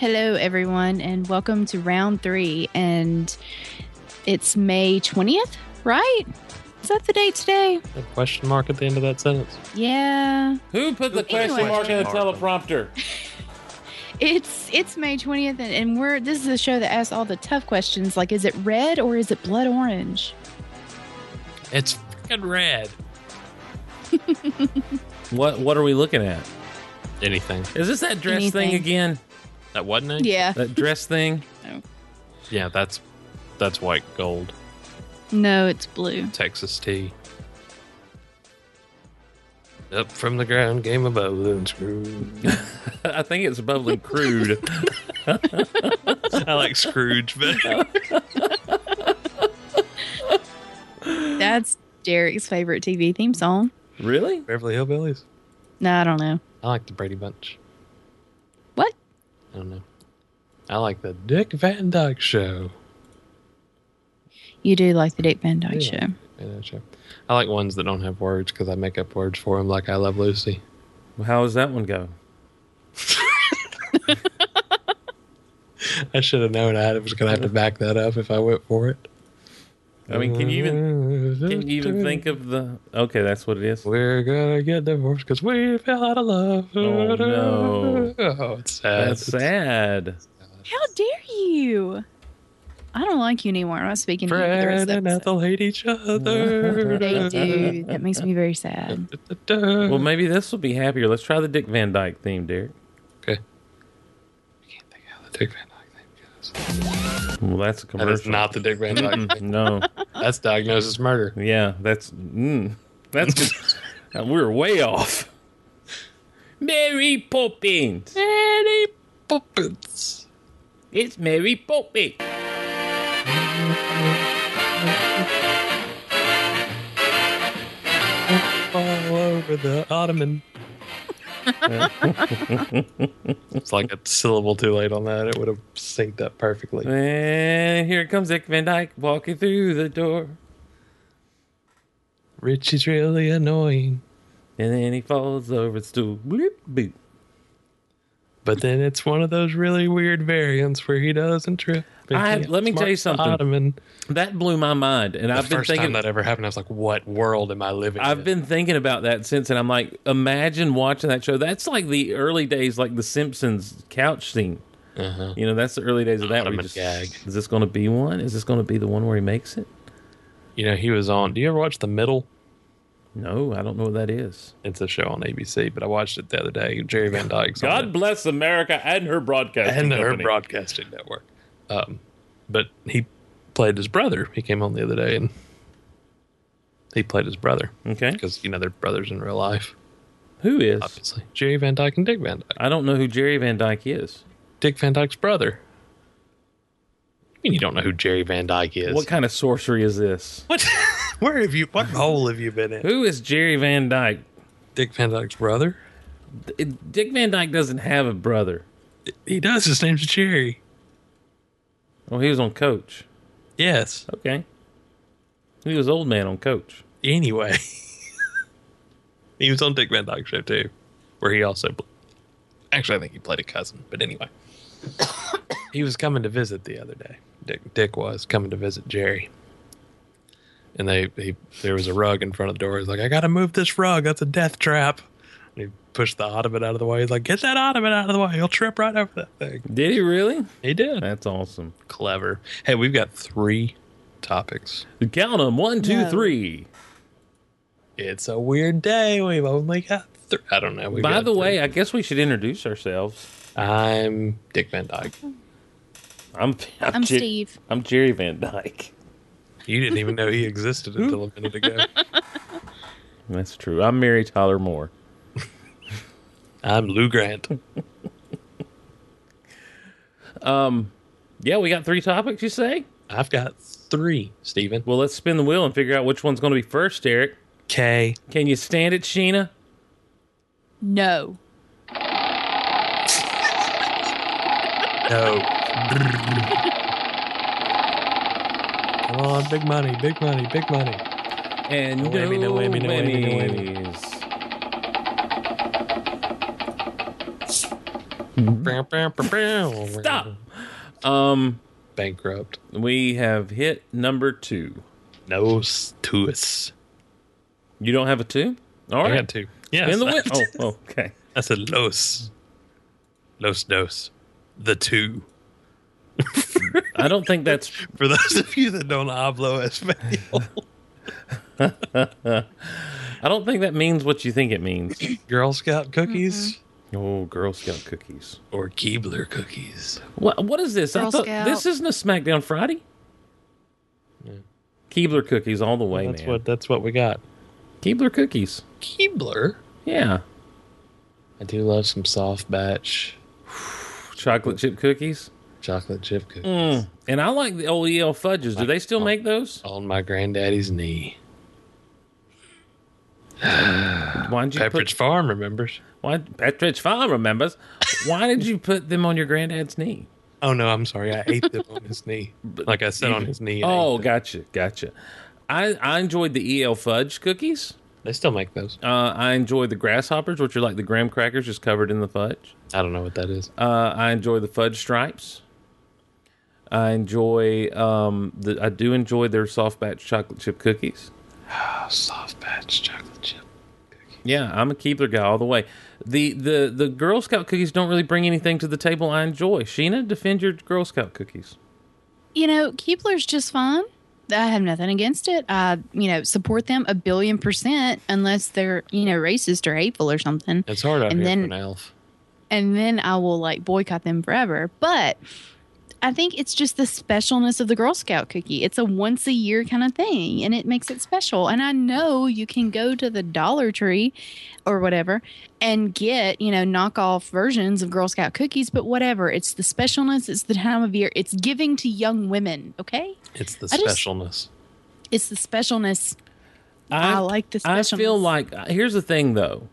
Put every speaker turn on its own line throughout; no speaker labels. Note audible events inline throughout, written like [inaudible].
Hello, everyone, and welcome to round three. And it's May 20th, right? Is that the date today?
A question mark at the end of that sentence.
Yeah.
Who put the
Anyway.
question mark in the teleprompter?
It's it's May 20th and, and we're this is a show that asks all the tough questions like is it red or is it blood orange?
It's fucking red.
What What are we looking at?
Anything
Is this that dress
Anything.
thing again?
that wasn't it?
Yeah.
That dress thing?
Yeah, that's that's white gold
No, it's blue.
Texas tea. Up from the ground, game of bubbling Scrooge.
[laughs] I think it's bubbling crude.
[laughs] I like Scrooge better.
That's Derek's favorite TV theme song.
[laughs]
[laughs]
really?
Beverly Hillbillies.
No, I don't know.
I like the Brady Bunch.
What?
I don't know. I like the Dick Van Dyke Show.
You do like the Dick Van Dyke
Yeah.
show.
Van Dyke Show. I like ones that don't have words because I make up words for them, like I Love Lucy. [laughs]
How does that one go?
I should have known I was going to have to back that up if I went for it.
I mean, can you even can you even think of the? Okay, that's what it is.
We're gonna get divorced because we fell out of love.
Oh, no.
[laughs] Oh, it's sad.
That's sad.
How dare you? I don't like you anymore. I'm not speaking to you for the rest of
Fred
the
and
episode.
Ethel hate each other.
They do. That makes me very sad.
Well,
Well, man,
maybe this will be happier. Let's try the Dick Van Dyke theme, Derek.
okay. I can't think of how the Dick Van Dyke thing goes.
Well, that's a
That is
commercial.
not the Dick Van Dyke. thing.
[laughs] no.
That's diagnosis murder.
Yeah, that's mm, that's just, [laughs] we were way off. Mary Poppins.
Danny Poppins.
It's Mary Poppins.
All over the ottoman. it's like a syllable too late on that. It would have synced up perfectly.
And here comes Dick Van Dyke walking through the door,
Richie's really annoying,
and then he falls over the stool. Bloop, bloop.
but then it's one of those really weird variants where he doesn't trip. and
I-
he
let me tell you
outsmarts the
something.
Ottoman.
That blew my mind, and
The
I've been
first time
thinking.
that ever happened, I was like, "What world am I living?"
I've
in?
been thinking about that since, and I'm like, imagine watching that show. That's like the early days, like the Simpsons couch scene.
Uh-huh.
You know, that's the early days of that. where you
Ottoman
just,
gag.
Is this going to be one? Is this going to be the one where he makes it?
You know, he was on. Do you ever watch The Middle?
No, I don't know what that is.
It's a show on ABC, but I watched it the other day. Jerry Van Dyke's on it.
God bless America and her broadcasting
and her
company.
broadcasting network. Um, but he played his brother. He came on the other day and he played his brother
okay,
because you know they're brothers in real life,
who is?
obviously. Jerry Van Dyke and Dick Van Dyke.
I don't know who Jerry Van Dyke is.
Dick Van Dyke's brother. I mean, you don't know who Jerry Van Dyke is.
What kind of sorcery is this?
What? Where have you? What hole have you been in?
Who is Jerry Van Dyke?
Dick Van Dyke's brother.
It- Dick Van Dyke doesn't have a brother.
He does. His name's Jerry.
Oh, he was on Coach.
Yes.
Okay, he was old man on Coach.
Anyway, [laughs] he was on Dick Van Dyke show too, where he also pl- actually I think he played a cousin. But anyway, [coughs] he was coming to visit the other day. Dick Dick was coming to visit Jerry, and they he there was a rug in front of the door. He's like, I got to move this rug. That's a death trap. And he pushed the ottoman out of the way. He's like, Get that ottoman out of the way. You'll trip right over that thing.
Did he really?
He did.
That's awesome.
Clever. Hey, we've got three topics.
Count them one, two, three.
No.
It's a weird day. We've only got three. I don't know. We've
By
got
the way,
three.
I guess we should introduce ourselves.
I'm Dick Van Dyke.
I'm I'm,
I'm
Jer-
Steve.
I'm Jerry Van Dyke.
You didn't even know he existed until a minute ago.
That's true. I'm Mary Tyler Moore.
[laughs] I'm Lou Grant.
Um, Yeah, we got three topics. You say?
I've got three, Stephen.
Well, let's spin the wheel and figure out which one's going to be first, Eric.
K.
Can you stand it, Sheena?
No.
No. Come on, big money, big money, big money.
And
No whammy, no whammy, no whammy, no whammy.
whammies.
Bow, bow, bow, bow.
Stop. Um,
Bankrupt.
we have hit number two.
No s- to us.
You don't have a two? All
I
right.
got two. Yes. [laughs]
In the win. Oh, oh, okay.
I said los. Los dos. The two.
I don't think that's.
For those of you that don't hablo español.
I don't think that means what you think it means.
[laughs] Girl Scout cookies
Oh, Girl Scout cookies.
Mm-hmm. or Keebler cookies.
What what is this? I
Girl
thought
Scout.
this isn't a SmackDown Friday. Keebler cookies all the way,
That's
man.
what that's what we got.
Keebler cookies.
Keebler.
Yeah,
I do love some soft batch
chocolate chip cookies.
chocolate chip cookies
Mm. And I like the OEL fudges. Do they still
Oh.
make those?
on my granddaddy's knee.
Why'd you
Oh. Pepperidge
put?
Farm remembers.
Why Petridge Farm remembers? Why did you put them on your granddad's knee?
Oh no, I'm sorry. I ate them on his [laughs] knee. Like I said on his knee. I
Oh,
ate them.
gotcha, gotcha. I I enjoyed the EL fudge cookies.
they still make those.
Uh, I enjoy the grasshoppers, which are like the graham crackers just covered in the fudge.
I don't know what that is.
Uh, I enjoy the fudge stripes. I enjoy um, the. I do enjoy their soft batch chocolate chip cookies.
Oh, soft batch chocolate chip.
Yeah, I'm a Keebler guy all the way. The the the Girl Scout cookies don't really bring anything to the table. I enjoy. Sheena, defend your Girl Scout cookies.
You know, Keebler's just fine. I have nothing against it. I, you know, support them a billion percent unless they're, you know, racist or hateful or something.
It's hard out
And
here
then-
for an elf.
and then I will like boycott them forever. But I think it's just the specialness of the Girl Scout cookie. It's a once a year kind of thing and it makes it special. And I know you can go to the Dollar Tree or whatever and get, you know, knockoff versions of Girl Scout cookies, but whatever. It's the specialness, it's the time of year, it's giving to young women, okay?
It's the
I just-
specialness.
It's the specialness. I like the
I
specialness.
feel like uh, here's the thing though.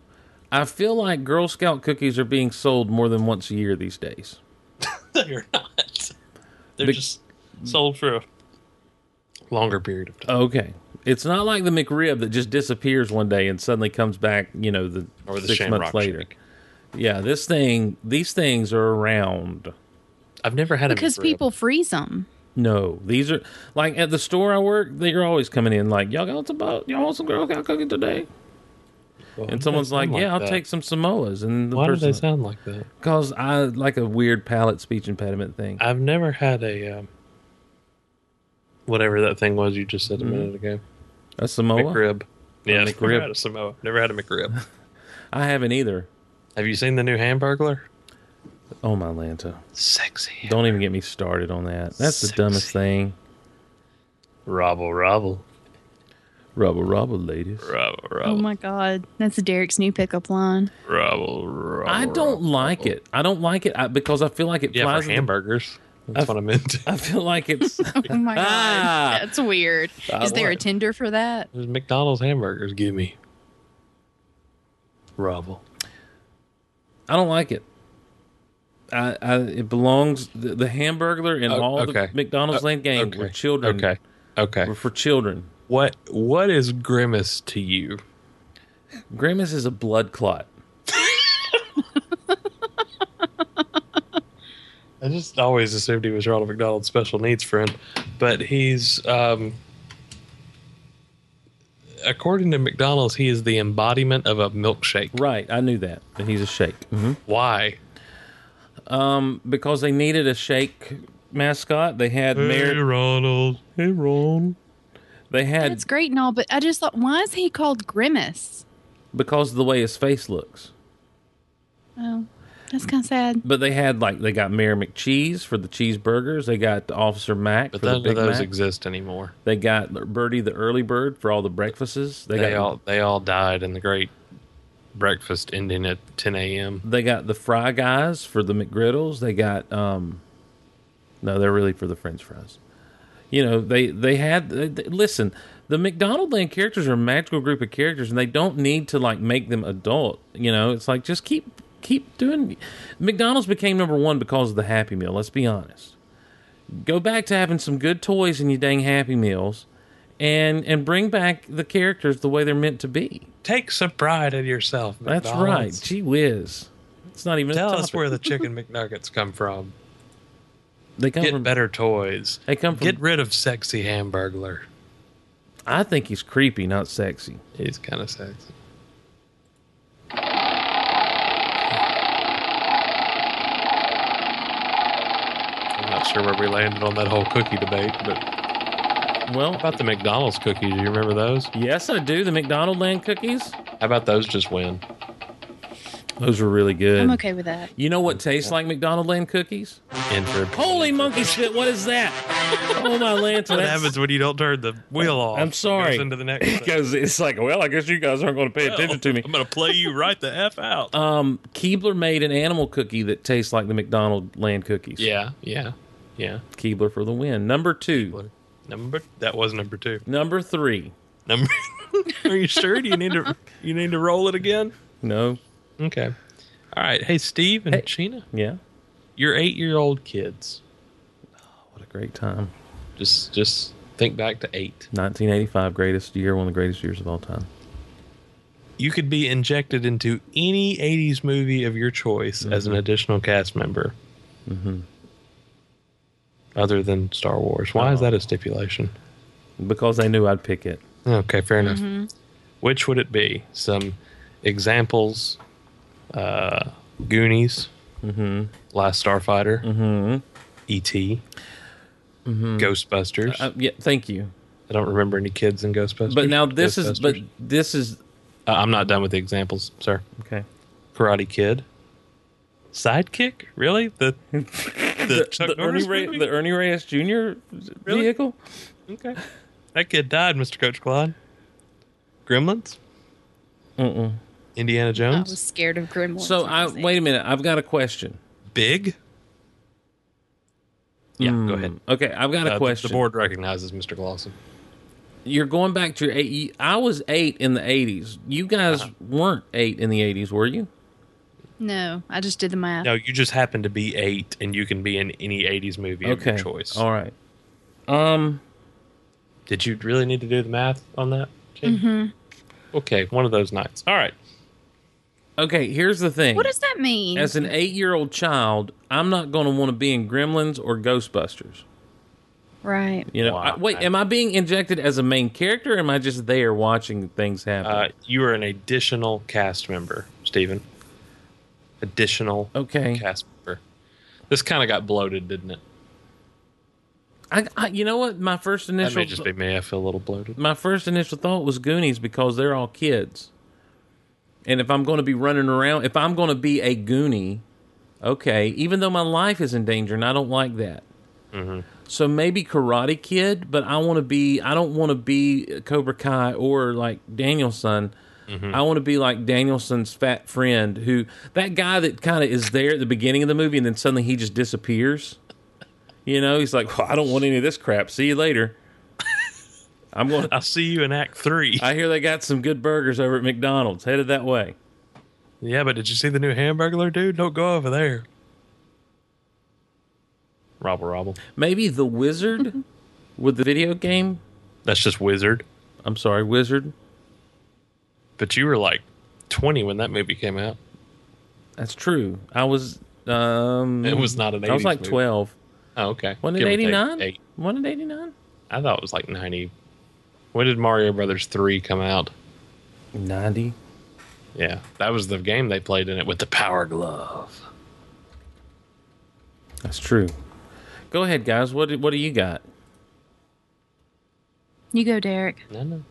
I feel like Girl Scout cookies are being sold more than once a year these days.
[laughs] They're not. They're
The-
just sold for a longer period of time.
Okay. It's not like the McRib that just disappears one day and suddenly comes back, you know, the,
Or the
six months
Shamrock
later.
Shake.
Yeah, this thing, these things are around.
I've never had a
because
McRib.
people freeze them.
No, these are like at the store I work. They're always coming in like, y'all got some, bo- y'all want some Girl Scout cookie today?
Oh, Well,
And someone's
they
like,
sound
yeah, I'll
that.
take some Samoas. And the
Why do
person,
they sound like that?
because I like a weird palate speech impediment thing.
I've never had a um, whatever that thing was you just said a
Mm-hmm.
minute ago.
A Samoa?
McRib. Yeah, I've
McRib.
Never had a Samoa. Never had a McRib.
I haven't either.
[laughs] Have you seen the new Hamburglar?
Oh my Lanta!
Sexy.
Don't even get me started on that. That's the
Sexy.
dumbest thing.
Robble, robble,
Rubble, rubble, ladies.
robble,
Oh
robble,
my God. That's Derek's new pickup line.
robble, robble.
I don't
robble.
like it. I don't like it I, because I feel like it
Yeah,
flies.
for
in the-
hamburgers. That's what I'm [laughs] into.
I feel like it's.
[laughs] Oh my god,
Ah. [laughs]
that's weird.
I
Is there a
want-
Tinder for that?
There's McDonald's hamburgers. Give me robble.
I don't like it. I, I it belongs the, the Hamburglar and
Oh,
all
okay.
the McDonald's Land gang
Okay.
were children.
Okay. Okay.
were for children.
What What is grimace to you?
Grimace is a blood clot.
I just always assumed he was Ronald McDonald's special needs friend, but he's, um, according to McDonald's, he is the embodiment of a milkshake.
Right, I knew that. And he's a shake
Mm-hmm.
hmm
Why?
because they needed a shake mascot. They had Mary.
Ronald. Hey, Ron.
They had
That's great and all, but I just thought, why is he called Grimace?
because of the way his face looks.
Oh, that's kind of sad.
But they had like they got Mayor McCheese for the cheeseburgers. They got the Officer Mac
But
for the
none of
Big
those
Mac.
exist anymore.
they got Birdie the early bird for all the breakfasts. They,
They,
got
all they all died in the great breakfast ending at 10 a.m.
they got the fry guys for the McGriddles. They got um, no, they're really for the French fries. You know they they had they, they- listen. The McDonald Land characters are a magical group of characters, and they don't need to like make them adult. You know, it's like just keep keep doing. McDonald's became number one because of the Happy Meal. Let's be honest. Go back to having some good toys in your dang Happy Meals, and and bring back the characters the way they're meant to be.
Take some pride in yourself.
That's right.
McDonald's.
Gee whiz. It's not even. a
Tell us
topic. [laughs]
where the chicken McNuggets come from.
they come
Get
from.
better toys.
They come from.
Get rid of sexy Hamburglar.
I think he's creepy, not sexy.
He's kind of sexy. I'm not sure where we landed on that whole cookie debate, but
Well,
how about the McDonald's cookies? Do you remember those?
yes, I do. The McDonald Land cookies.
How about those just win?
Those were really good.
I'm okay with that.
You know what tastes like McDonald Land cookies?
In for
Holy monkey shit! What is that? [laughs] Oh my lanta!
What
that's- [laughs]
happens when you don't turn the wheel off?
I'm sorry.
It goes into the
[laughs]
next. one.
Because it's like, well, I guess you guys aren't going to pay attention to me.
I'm gonna play you right the f out.
Um, Keebler made an animal cookie that tastes like the McDonald Land cookies.
yeah, yeah, yeah.
Keebler for the win. Number two.
Number that was number two.
Number three.
Number. [laughs] Are you sure? Do you need to you need to roll it again?
No.
Okay. All right. Hey, Steve and Sheena,
Yeah.
your eight year old kids.
What a great time.
Just just think back to eight.
1985, greatest year, one of the greatest years of all time.
You could be injected into any '80s movie of your choice as an additional cast member. Mm-hmm. Other than Star Wars, why is that a stipulation?
Because they knew I'd pick it.
Okay, fair enough.
Mm-hmm.
Which would it be? Some examples: uh, Goonies, mm-hmm. Last Starfighter, mm-hmm. E.T., Ghostbusters.
Mm-hmm. Uh, yeah, thank you.
I don't remember any kids in Ghostbusters.
But now this is, but
Ghostbusters.
this is,
Uh, I'm not done with the examples, sir.
okay.
Karate Kid, Sidekick, really? The [laughs] the, Chuck
The Ernie,
Norris
Ray,
movie?
the Ernie Reyes Jr.
Really?
vehicle?
Okay, that kid died, Mr. Coach Clyde. Gremlins,
Mm-mm.
Indiana
I
Jones,
was scared of Gremlins.
So I,
was eight.
wait a minute. I've got a question.
Big. Yeah, go ahead.
Mm, Okay, I've got
Uh,
a
the-
question.
The board recognizes Mr. Glosson.
You're going back to your eight. you- I was eight in the '80s. You guys
Uh-huh.
weren't eight in the '80s, were you?
No, I just did the math.
No, you just happen to be eight, and you can be in any '80s movie of
Okay.
your choice.
All right. Um.
Did you really need to do the math on that? Mm-hmm. Okay, one of those nights. All right.
Okay. Here's the thing.
What does that mean?
As an eight-year-old child, I'm not going to want to be in Gremlins or Ghostbusters.
right.
You know.
Wow.
I- wait. Am I being injected as a main character? Or am I just there watching things happen?
Uh, you are an additional cast member, Stephen. Additional
Okay.
cast member. This kind of got bloated, didn't it?
I, I, you know what? My first
That
initial
may just be me. I feel a little bloated.
my first initial thought was Goonies because they're all kids. And if I'm going to be running around, if I'm going to be a Goonie, okay, even though my life is in danger and I don't like that. So maybe Karate Kid, but I want to be, I don't want to be Cobra Kai or like Danielson. I want to be like Danielson's fat friend who, that guy that kind of is there at the beginning of the movie and then suddenly he just disappears. You know, he's like, well, I don't want any of this crap. See you later. I'm going to
I'll see you in Act Three.
I hear they got some good burgers over at McDonald's. Headed that way.
yeah, but did you see the new Hamburglar, dude? Don't go over there. Robble, robble.
Maybe
[laughs]
the Wizard with the video game.
That's just Wizard.
I'm sorry, Wizard.
But you were like 20 when that movie came out.
That's true. I was. Um,
It was not an 80s
I was like
movie.
12.
Oh, okay.
Wasn't it
Give or take
89?
eight.
Wasn't it 89?
I thought it was like 90. When did Mario Brothers 3 come out?
90.
Yeah, that was the game they played in it with the power glove.
That's true. Go ahead, guys. What do- What do you got?
You go, Derek.
No, no.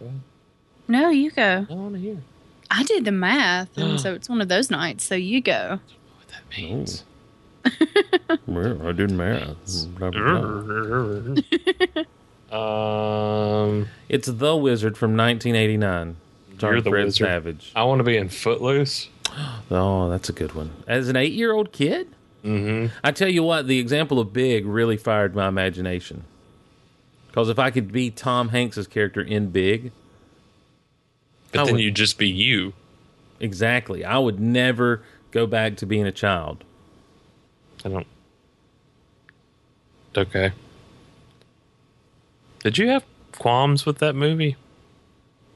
Go ahead.
No, you go.
I want to hear
I did the math,
[gasps]
and so it's one of those nights. So you go.
what that means.
I didn't math.
[laughs] um,
It's The Wizard from 1989. Sorry,
You're the
Fred
wizard.
Savage.
I want to be in Footloose.
Oh, that's a good one. As an eight-year-old kid, mm-hmm. I tell you what, the example of Big really fired my imagination. Because if I could be Tom Hanks's character in Big,
But
I
then
would-
you'd just be you.
exactly, I would never go back to being a child.
I don't. Okay. Did you have qualms with that movie?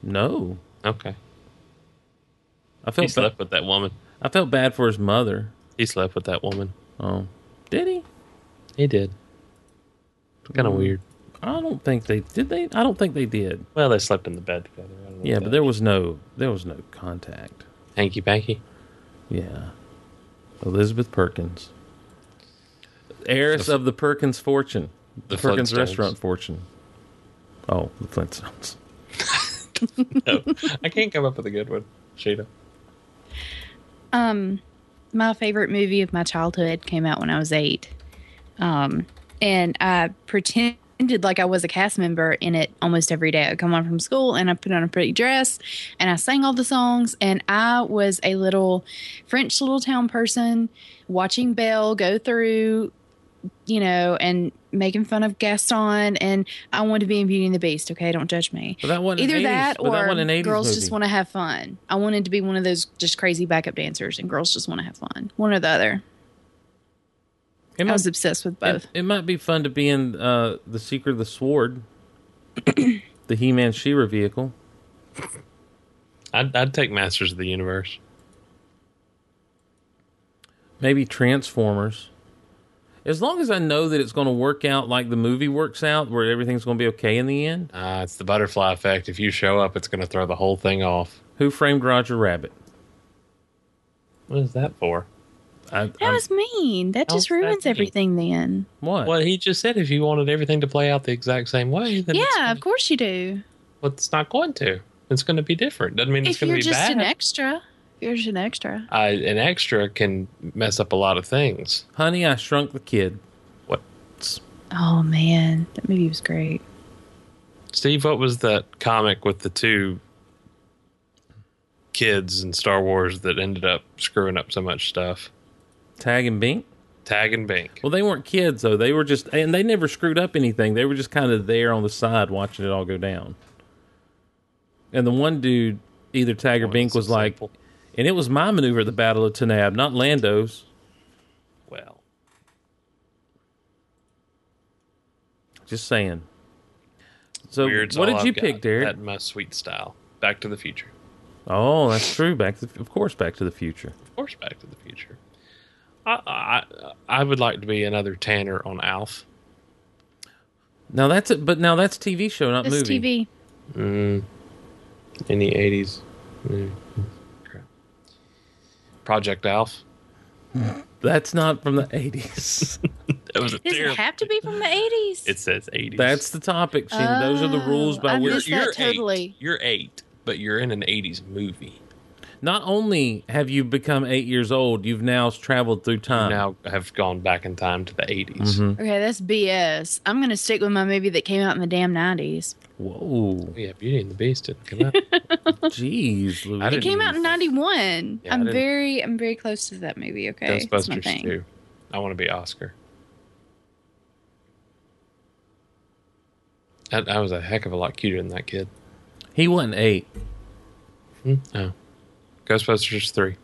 No,
Okay.
I
He
felt bad.
slept with that woman.
I felt bad for his mother.
He slept with that woman.
Oh, did he?
He did. Kind of weird.
I don't think they did. They? I don't think they did.
Well, they slept in the bed together. I don't know
Yeah,
about
but there was no there was no contact.
hanky panky.
Yeah, Elizabeth Perkins, heiress of the Perkins fortune, the,
The
Perkins
Flintstones.
restaurant fortune. Oh, the Flintstones.
No, I can't come up with a good one. Shada.
Um, my favorite movie of my childhood came out when I was eight, um, and I pretended like I was a cast member in it almost every day. I come home from school and I put on a pretty dress and I sang all the songs. And I was a little French little town person watching Belle go through, you know, and making fun of Gaston. And I wanted to be in Beauty and the Beast. Okay, don't judge me
But that wasn't
either
80s,
that
but
or
wasn't an 80s
girls just
movie.
want to have fun. I wanted to be one of those just crazy backup dancers, and girls just want to have fun. One or the other.
It
I
might,
was obsessed with both.
it, it might be fun to be in uh, the Secret of
[clears throat]
the Sword, the He-Man She-Ra vehicle.
I'd, I'd take Masters of the Universe.
maybe Transformers. As long as I know that it's going to work out like the movie works out, where everything's going to be okay in the end.
Uh, it's the butterfly effect. If you show up, it's going to throw the whole thing off.
Who framed Roger Rabbit?
What is that for?
I,
that
I'm-
was mean. That
how's
just
that
ruins
mean?
everything. Then,
what?
Well, he just said if you wanted everything to play out the exact same way, then it's-
yeah, of course you do.
well, it's not going to. It's going to be different. Doesn't mean it's
If
going to
you're
be
just
bad.
an extra, you're just an extra.
uh, an extra can mess up a lot of things.
Honey, I shrunk the kid.
What,
Oh man, that movie was great.
Steve? What was that comic with the two kids in Star Wars that ended up screwing up so much stuff?
Tag and Bink.
Tag and Bink.
Well, they weren't kids though. They were just, and they never screwed up anything. They were just kind of there on the side watching it all go down. And the one dude, either Tag or
Well,
Bink,
that's
was like,
simple.
and it was my maneuver at the Battle of Tanab, not Lando's.
Well,
Just saying. So,
weird's
what
all
did you
I've got.
pick, Derek?
That and my sweet style. Back to the Future.
Oh, that's true. Back to the, of course, Back to the Future.
Of course, Back to the Future. I I, I would like to be another Tanner on Alf.
Now that's it, but now that's TV show, not
This
movie.
TV.
Mm, in the eighties.
[laughs]
Project Alf.
That's not from the eighties.
That was a
Does it
terrible.
have to be from the eighties?
It says eighties.
that's the topic, Sheena. Those are the rules
Oh,
by
I missed-
which.
that totally.
eight. You're eight, but you're in an eighties movie.
Not only have you become eight years old, you've now traveled through time.
now have gone back in time to the 80s
Mhm.
okay, that's BS. I'm gonna stick with my movie that came out in the damn nineties.
Whoa,
Oh, Yeah, Beauty and the Beast didn't come
[laughs]
out.
jeez, Louise.
I
It
didn't
came out in '91.
Yeah, I
I'm
didn't-
very, I'm very close to that movie. Okay, That's my
Ghostbusters
thing.
too. I want to be Oscar. That, I was a heck of a lot cuter than that kid.
He wasn't eight.
Hmm? Oh. Ghostbusters 3.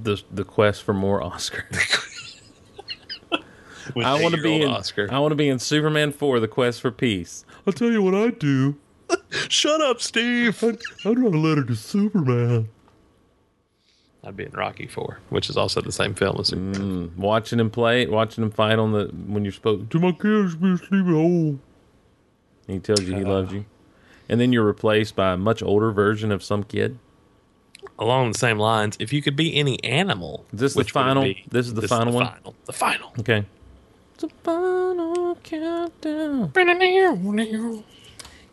The the quest for more Oscar. [laughs] I want to be in
Oscar.
I want to be in Superman four: The Quest for Peace. I'll tell you what I do.
Shut up, Steve.
I'd, I'd write a letter to Superman.
I'd be in Rocky 4, which is also the same film as
Mm, watching him play, watching him fight on the when you're supposed to my kids be sleeping home. And he tells you he loves you, and then you're replaced by a much older version of some kid.
Along the same lines, if you could be any animal,
Is this the
would it
final-
be?
this is the final one?
Final, the final.
Okay. It's a final countdown.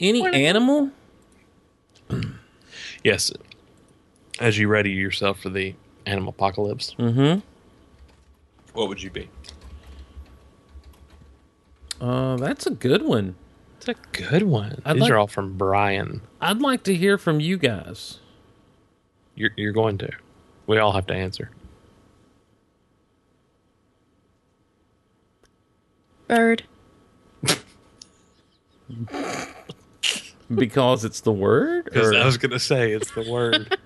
Any animal?
Yes. As you ready yourself for the animal apocalypse,
Mm.
Mm-hmm.
what would you be?
Uh, that's a good one.
It's a good one.
I'd
These
like-
are all from Brian.
I'd like to hear from you guys.
You're, you're going to. We all have to answer.
Bird.
Because it's the word?
Because
Or-
I was going to say it's the word.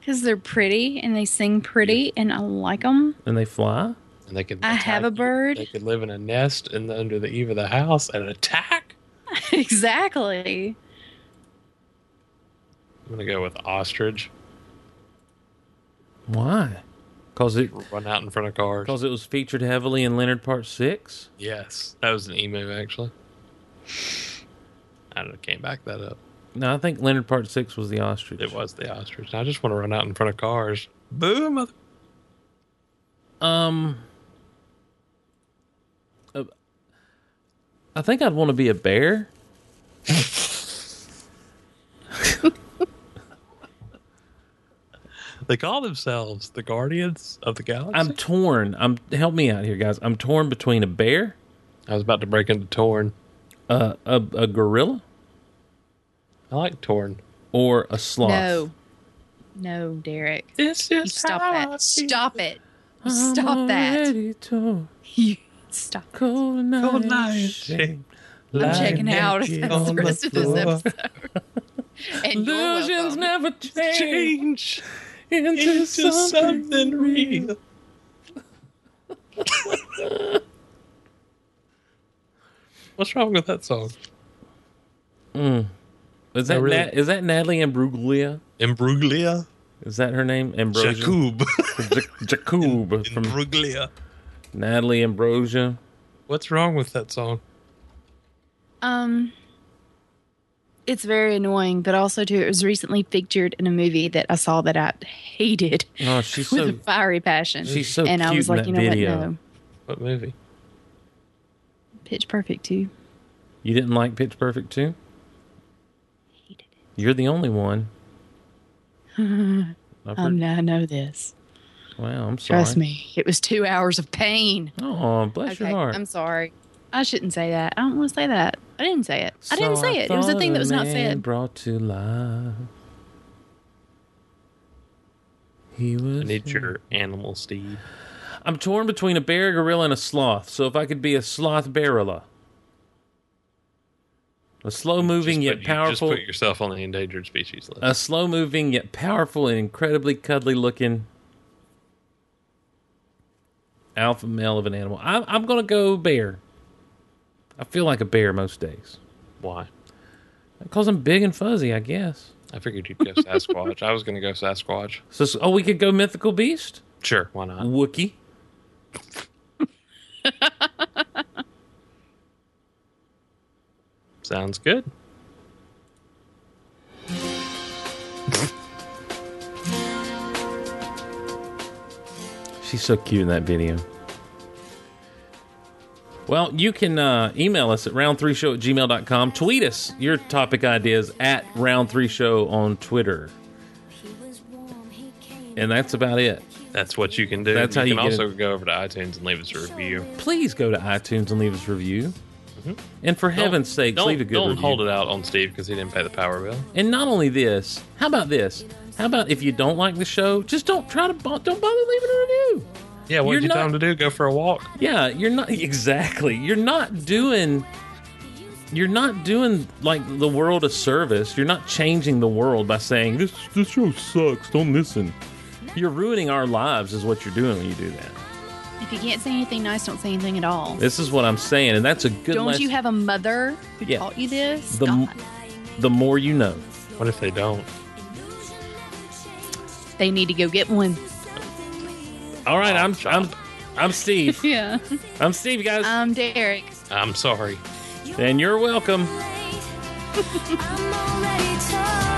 Because they're pretty and they sing pretty and I like them.
and they fly?
[laughs] and they could
I have
attack
a
you.
bird.
They could live in a nest in the, under the eave of the house and attack.
[laughs] exactly.
I'm going to go with ostrich.
Why? Because it
Run out in front of cars.
because it was featured heavily in Leonard Part Six.
Yes, that was an emu actually. I don't know, can't back that up.
No, I think Leonard Part Six was the ostrich.
It was the ostrich. I just want to run out in front of cars. Boo, mother.
Um, uh, I think I'd want to be a bear.
They call themselves the Guardians of the Galaxy.
I'm torn. I'm help me out here, guys. I'm torn between a bear,
I was about to break into Torn.
uh, a a gorilla,
I like Torn.
or a sloth.
No. No, Derek.
This
You
is
stop
how I
that. Oh,
feel.
Stop it. You
I'm
Stop that.
already torn,
[laughs] You stop.
cold and
Cold
ice,
night.
shamed,
I'm
lying
checking out
naked
the
on
rest of this
floor.
episode. [laughs] and you're
Illusions
welcome.
never
Change
change into,
into
something,
something
real. [laughs]
real. What's wrong with that song?
Is that
No, really.
Nat- is that Natalie Imbruglia?
Imbruglia?
Is that her name?
[laughs]
Ambrosia.
Jacob.
Ja- Jacob from
Imbruglia.
Natalie Ambrosia.
What's wrong with that song?
Um, it's very annoying, but also too, it was recently featured in a movie that I saw that I hated
Oh,
[laughs]
she's
with
so
a fiery passion.
she's so
and I
cute
was
in
like,
that
you know
video.
what? No,
What movie?
Pitch Perfect too.
You didn't like Pitch Perfect too?
Hated it.
You're the only
[laughs]
one. I've heard-
Um, no, I know this.
wow, I'm sorry.
Trust me, it was two hours of pain.
Oh, bless
Okay,
your heart.
I'm sorry. I shouldn't say that. I don't want to say that. I didn't say it. I didn't
So
say it. It was a
thought
thing that was not
man
said.
Brought to life. He was.
I need your animal, Steve.
I'm torn between a bear, gorilla, and a sloth. So if I could be a sloth barilla, a
Just
slow-moving yet
put- you
powerful,
Just put yourself on the endangered species list.
a slow-moving yet powerful and incredibly cuddly-looking alpha male of an animal. I'm, I'm gonna go bear. I feel like a bear most days
Why?
because I'm big and fuzzy, I guess.
I figured you'd go [laughs] Sasquatch. I was going to go Sasquatch.
So so- oh, we could go mythical beast,
Sure, why not?
Wookie.
Sounds good.
She's so cute in that video. Well, you can uh, email us at round3show at gmail.com. Tweet us your topic ideas at round3show on Twitter. And that's about it.
That's what you can do.
That's
you
how you
can
get
also go over to iTunes and leave us a review.
Please go to iTunes and leave us a review. And for heaven's sakes,
Mm-hmm. don't,
leave a good
Don't
review.
hold it out on Steve because he didn't pay the power bill.
And not only this, how about this? How about if you don't like the show, just don't try to bo- don't bother leaving a review.
Yeah, what
You're
did you
not-
tell him to do? Go for a walk.
Yeah, you're not [laughs] exactly. You're not doing you're not doing like the world a service. You're not changing the world by saying this this show sucks. Don't listen. You're ruining our lives is what you're doing when you do that.
If you can't say anything nice, don't say anything at all.
This is what I'm saying and that's a good
Don't
lesson.
you have a mother who
Yeah.
taught you this?
The m-
God,
the more you know.
What if they don't?
they need to go get one. [laughs]
All right,
Oh,
I'm
shut
I'm
up.
I'm
[laughs]
Steve.
Yeah.
I'm Steve guys.
I'm Derek.
I'm sorry.
and you're welcome.
I'm already tired.